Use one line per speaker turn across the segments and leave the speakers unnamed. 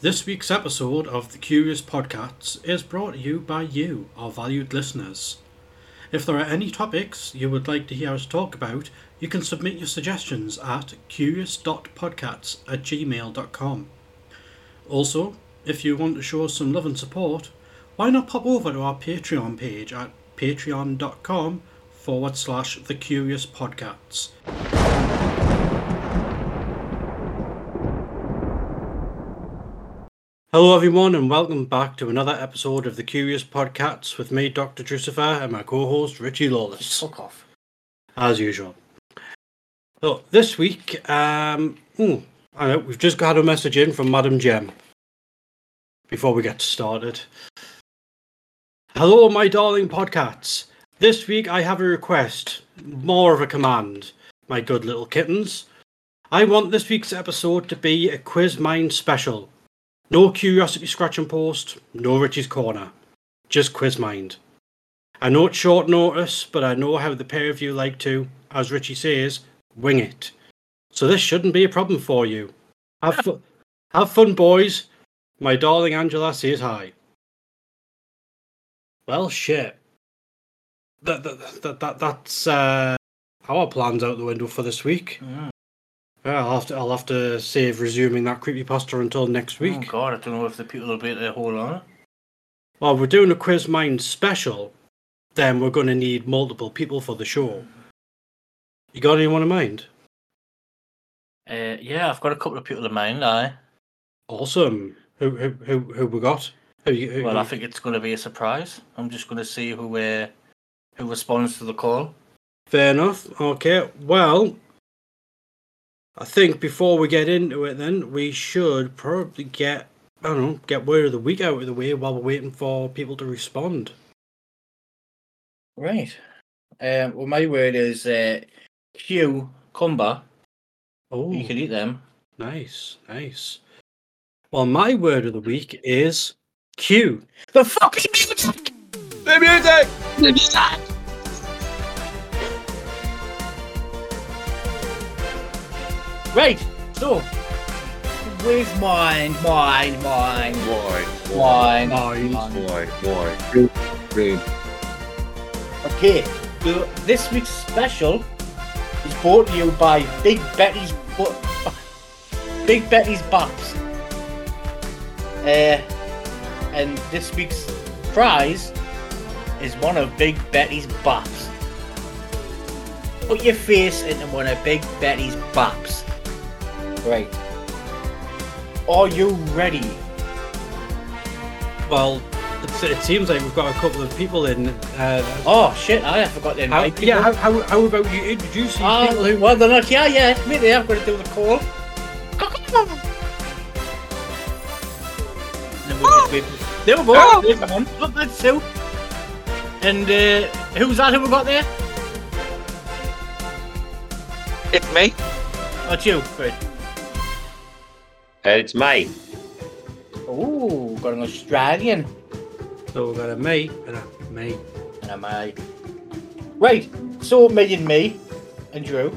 This week's episode of the Curious Podcasts is brought to you by you, our valued listeners. If there are any topics you would like to hear us talk about, you can submit your suggestions at curious.podcasts at gmail.com. Also, if you want to show us some love and support, why not pop over to our Patreon page at patreon.com forward slash the curious podcasts. Hello, everyone, and welcome back to another episode of the Curious Podcasts with me, Dr. Drusifer, and my co host, Richie Lawless,
Fuck off.
as usual. So, this week, um, hmm, I know we've just got a message in from Madam Jem before we get started. Hello, my darling podcasts. This week I have a request, more of a command, my good little kittens. I want this week's episode to be a Quiz Mind special. No Curiosity Scratch and Post, no Richie's Corner. Just Quiz Mind. I know it's short notice, but I know how the pair of you like to, as Richie says, wing it. So this shouldn't be a problem for you. Have, fu- have fun, boys. My darling Angela says hi. Well, shit. That, that, that, that, that's uh, our plans out the window for this week. Yeah, I'll have to, I'll have to save resuming that creepypasta until next
Oh
week.
god, I don't know if the people will be there hold on.
Well, we're doing a Quiz Mind special, then we're going to need multiple people for the show. You got anyone in mind?
Uh, yeah, I've got a couple of people in mind, aye.
Awesome. Who who who, who we got? Who, you- who,
Well, I think it's going to be a surprise. I'm just going to see who uh, who responds to the call.
fair enough. Okay. Well, I think before we get into it, then we should probably get I don't know get word of the week out of the way while we're waiting for people to respond.
Right. Um, well, my word is uh, Q Cumber.
Oh,
You can eat them.
nice, nice. Well, my word of the week is Q.
The fucking music!
The music!
Right, so. Where's mine? Mine, mine,
Why?
mine.
Mine.
Why? Why? Green.
Okay, so this week's special is brought to you by Big Betty's Bu- Big Betty's Baps. Uh, and this week's prize is one of Big Betty's Baps. Put your face into one of Big Betty's Baps. Right. Are you ready?
Well, it's, it seems like we've got a couple of people in. Uh,
Oh shit, I forgot to
how,
invite people.
yeah, how, how, how about you introduce these
Ah,
people? Who,
well, they're not here yet. Maybe I'm going to do the call. Then we'll just wait. There we go.
Oh.
There's one. Look, that's two. And uh, who's that who we got there?
It's me.
That's Oh, you. Right.
It's me.
Oh, got an Australian
so we've got a May and a May.
and a Mike. Right, so me and me and Drew.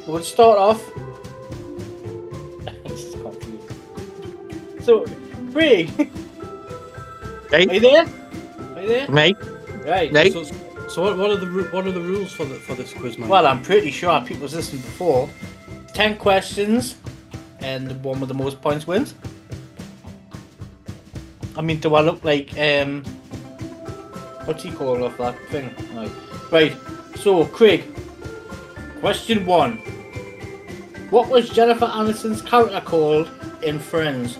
We're going to start off. This is confusing. So, Craig, are
Hey,
you there? Are you there?
me.
Right.
Hey.
So, so what, what are the ru- what are the rules for the, for this quiz, man?
Well, uh, I'm pretty sure people's listened before. Ten questions, and the one with the most points wins. I mean, do I look like um? What's he called off that thing? Right. Right. So, Craig. Question one. What was Jennifer Aniston's character called in Friends?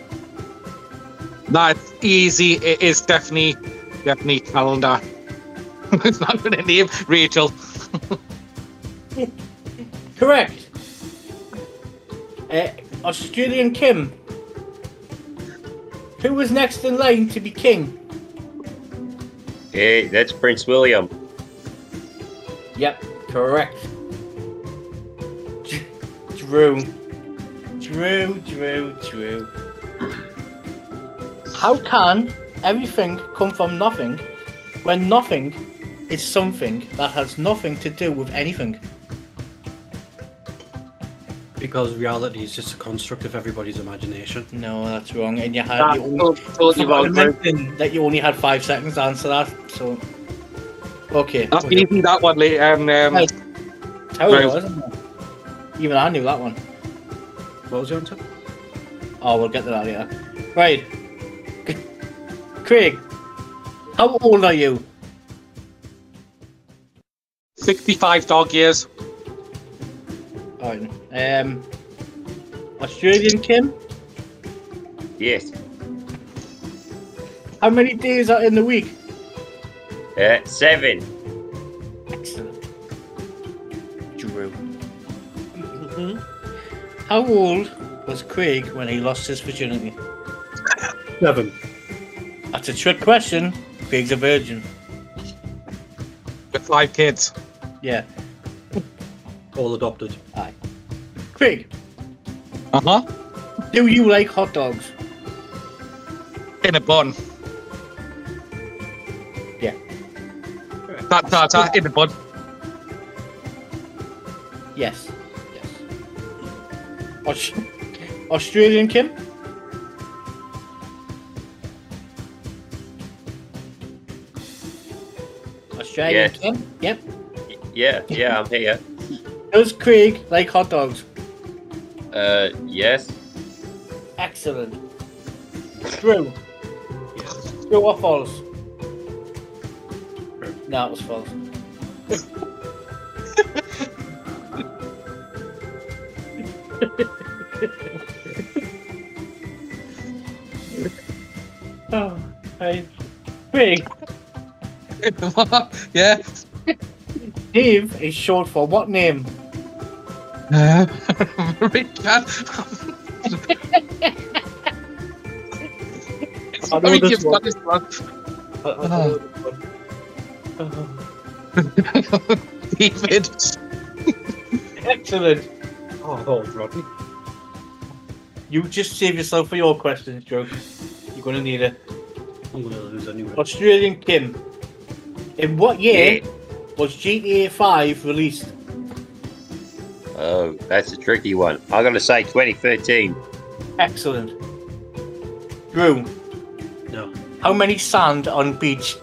That's easy. It is Stephanie. Stephanie Calendar. it's not going to name Rachel.
Correct. Uh, Australian Kim. Who was next in line to be king?
Hey, that's Prince William.
Yep, correct. Drew. Drew, Drew, Drew. How can everything come from nothing when nothing is something that has nothing to do with anything?
because reality is just a construct of everybody's imagination.
No, that's wrong. And you had
Nah,
Uh, you only,
told- told you
you were
about it.
mentioning that you only had five seconds to answer that. So, okay,
That's easy, that one, Lee. And um,
Right. how it
Right.
was. isn't it? Even I knew that one.
What was your answer?
Oh, we'll get to that later. Right, C- Craig, how old are you?
65 dog years.
All right, um, Australian Kim.
Yes.
How many days are in the week?
Uh, seven.
Excellent. Drew. Mm-hmm. How old was Craig when he lost his virginity?
Seven.
That's a trick question. Craig's a virgin.
With five kids.
Yeah.
All adopted.
Aye. Craig,
Uh
Uh-huh.
huh.
do you like hot dogs?
In a bun.
Yeah.
That tartar in a bun.
Yes. Yes. Aus- Australian Kim? Australian
Yes.
Kim? Yep.
Yeah, yeah, I'm here.
Does Craig like hot dogs?
Uh, yes.
Excellent. True. True or false? No, it was false. oh, I. Craig,
yeah.
Dave is short for what name?
Uh, Richard. it's
I know
very
this
you've
one. Uh,
got this one.
Uh,
David.
Excellent.
Oh, I thought it was Rodney.
You just save yourself for your questions, Joe. You're gonna need it.
I'm going to lose anyway.
Australian Kim. In what year
Yeah.
was GTA 5 released?
Oh, that's a tricky one. I'm gonna say 2013.
Excellent. Drew,
No.
how many sand on beach?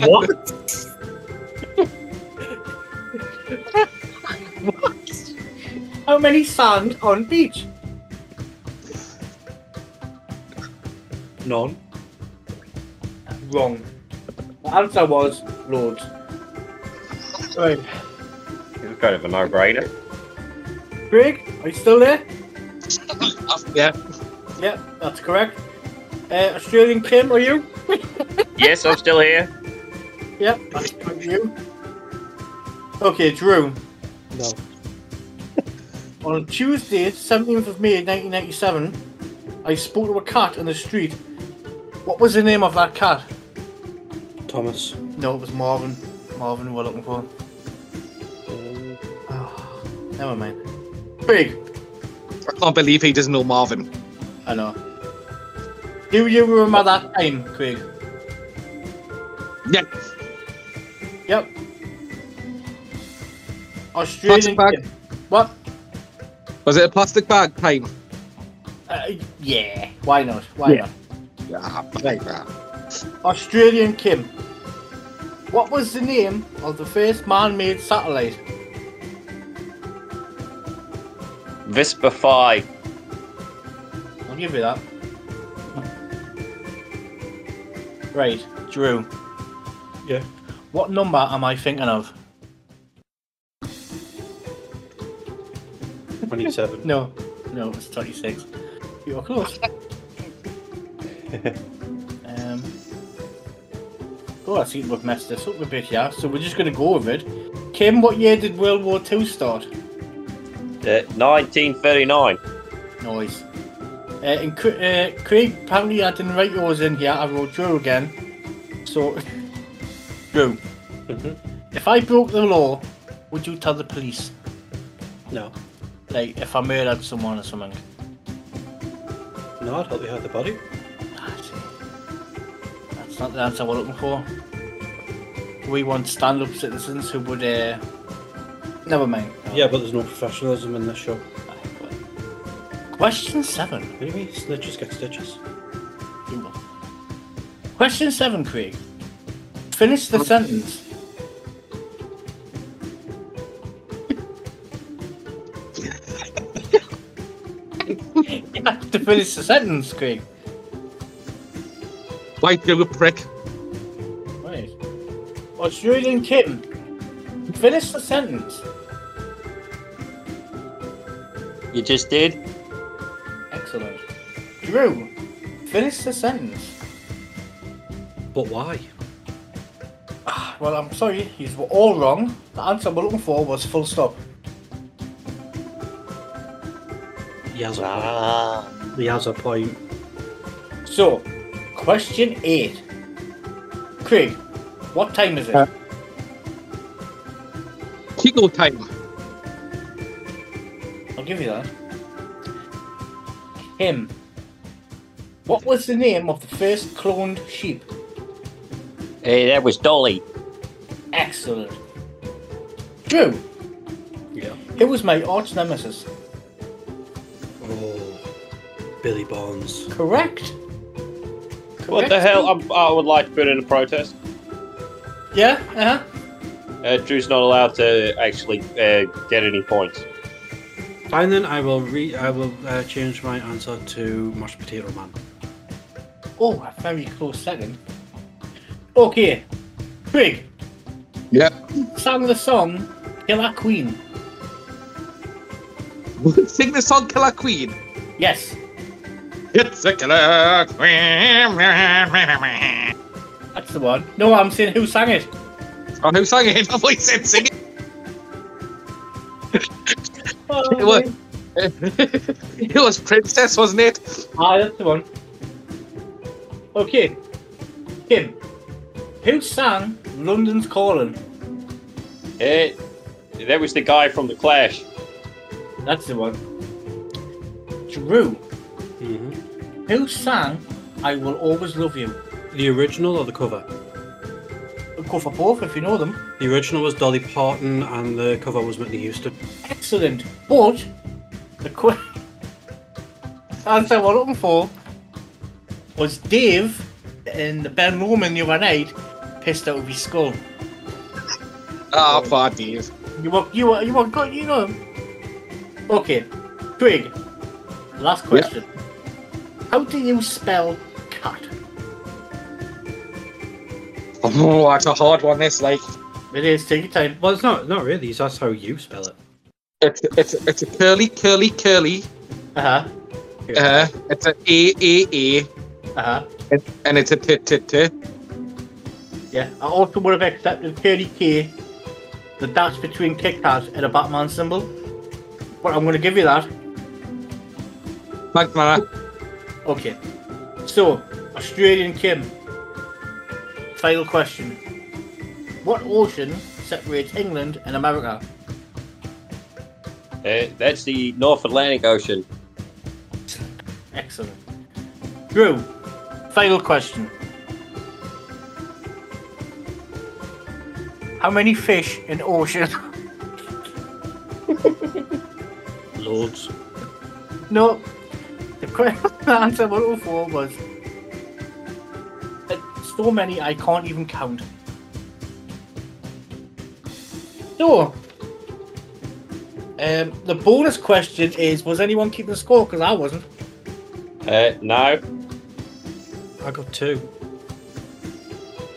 What?
How many sand on beach?
None.
Wrong. The answer was loads. Right.
It was kind of a no-brainer.
Greg, are you still there?
yeah.
Yep, that's correct. Uh, Australian Kim, are you?
Yes, I'm still here.
Yep, that's correct, you. Okay, Drew.
No.
On Tuesday, 17th of May 1997, I spoke to a cat in the street. What was the name of that cat?
Thomas.
No, it was Marvin. Marvin, we were looking for. Oh, Never mind. Big.
I can't believe he doesn't know Marvin.
I know. Do you remember that time, Craig?
Yeah.
Yep. Australian.
Plastic bag.
kid. What?
Was it a plastic bag time?
Uh, yeah. Why not? Why
Yeah.
not?
Yeah.
Australian Kim. What was the name of the first man-made satellite?
Vespa 5.
I'll give you that. Right, Drew.
Yeah.
What number am I thinking of?
27.
No, no, it's 26. You're close. um, oh, I think we've messed this up a bit, yeah. So we're just going to go with it. Kim, what year did World War II start?
Uh, 1939.
Noise. Uh, and Cra- uh, Craig, apparently I didn't write yours in here. I wrote Drew again. So, Drew,
Mhm.
if I broke the law, would you tell the police?
No.
Like, if I murdered someone or something?
No, I thought they had the body.
That's it. That's not the answer we're looking for. We want stand-up citizens who would. Uh... Never mind. I
Yeah, but there's no professionalism in this show.
Question seven.
Anyway, snitches get stitches.
Google. Question seven, Craig. Finish the sentence. you have to finish the sentence, Craig.
Like you prick.
Right. Australian kitten. Finish the sentence.
You just did?
Excellent. Drew, finish the sentence.
But why?
Well, I'm sorry, you were all wrong. The answer we're looking for was full stop.
He has a point.
Ah.
He has a point.
So, question eight. Craig, what time is it?
Uh, Kiko time.
I'll give you that. Him. What was the name of the first cloned sheep?
Hey, that was Dolly.
Excellent. Drew,
Yeah.
who was my arch nemesis?
Oh, Billy Barnes.
Correct.
What the
Correct.
hell? I'm, I would like to put in a protest.
Yeah, uh huh.
Uh, Drew's not allowed to actually uh, get any points.
Fine then, I will re. I will uh, change my answer to mashed potato man.
Oh, a very close second. Okay. Craig,
Yep.
sang the song Killer Queen.
Sing the song Killer Queen.
Yes.
It's a killer queen.
That's the one. No, I'm saying who sang it.
Oh, who sang it? I've always said sing it. It was, it was Princess, wasn't it?
Ah, that's the one. Okay. Kim. Who sang London's Calling?
Eh, that was the guy from The Clash.
That's the one. Drew.
hmm
Who sang I Will Always Love You?
The original or the cover?
Go for both if you know them.
The original was Dolly Parton, and the cover was Whitney Houston.
Excellent. But the qu- answer we're looking for was Dave in the Ben Roman the other night pissed out of his skull.
Ah, poor Dave.
You were, you were, you were good, you know. Okay, Craig, last question. How do you spell cat?
Oh, that's a hard one. This like
It is, take your time.
Well, it's not not really. it's That's how you spell it.
it's it's it's a curly curly curly.
Uh huh,
Uh, it's a a a a,
uh huh.
and, and it's a t t t.
Yeah, I also would have accepted Curly K, the dash between Kit Kat and a Batman symbol. But I'm going to give you that.
Magma.
Okay. So, Australian Kim. Final question. What ocean separates England and America?
Eh, that's the North Atlantic Ocean.
Excellent. Drew, final question. How many fish in ocean?
Lords.
no. The correct answer 104 was uh, so many I can't even count. So, um, the bonus question is: Was anyone keeping score? Because I wasn't.
Uh, no,
I got two.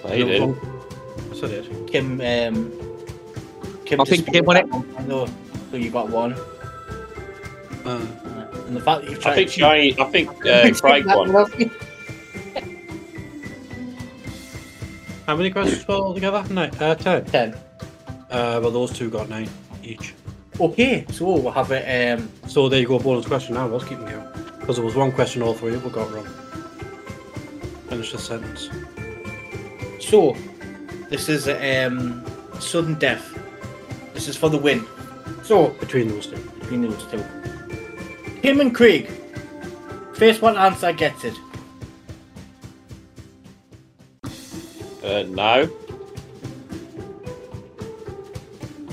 he didn't.
Yes, I did.
Kim. Um, Kim
I think
just-
Kim won it.
I know. So you got one.
Uh,
And the fact that you've tried
I think
to
Johnny, I think uh, Craig won.
how many questions were altogether? Nine. Uh, ten.
Ten.
Uh, well, those two got nine each.
Okay, so we'll have it. Um,
So there you go, bonus question. I was keeping count because there was one question all three of us got wrong. Finish the sentence.
so this is um, sudden death. This is for the win. So
Between those two.
between those two, Kim and Craig. First one answer gets it.
Uh, no,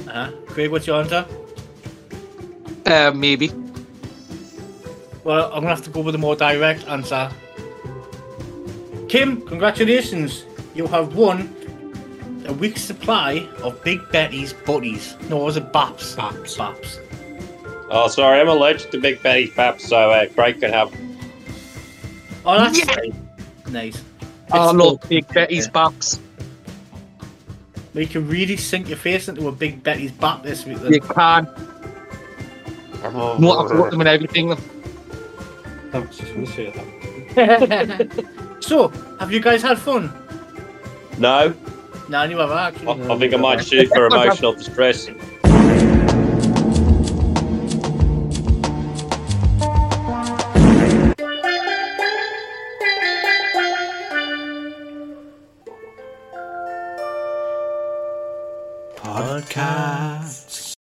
Uh-huh. Craig, what's your answer?
Uh, maybe.
Well, I'm gonna have to go with a more direct answer. Kim, congratulations! You have won a week's supply of Big Betty's butties. No, was it Baps?
Baps.
Baps.
Oh, sorry, I'm allergic to Big Fatty Fap, so uh, Craig can have.
Oh, that's
Yeah.
nice.
Oh
It's
no,
good.
Big Betty's
Yeah.
box.
You can really sink your face into a Big Betty's bap this week. Then.
You can't. No, I've got them and everything.
I was just going to say that.
So, have you guys had fun?
No,
No, you have actually.
I, I think I might shoot for emotional distress.
Podcasts.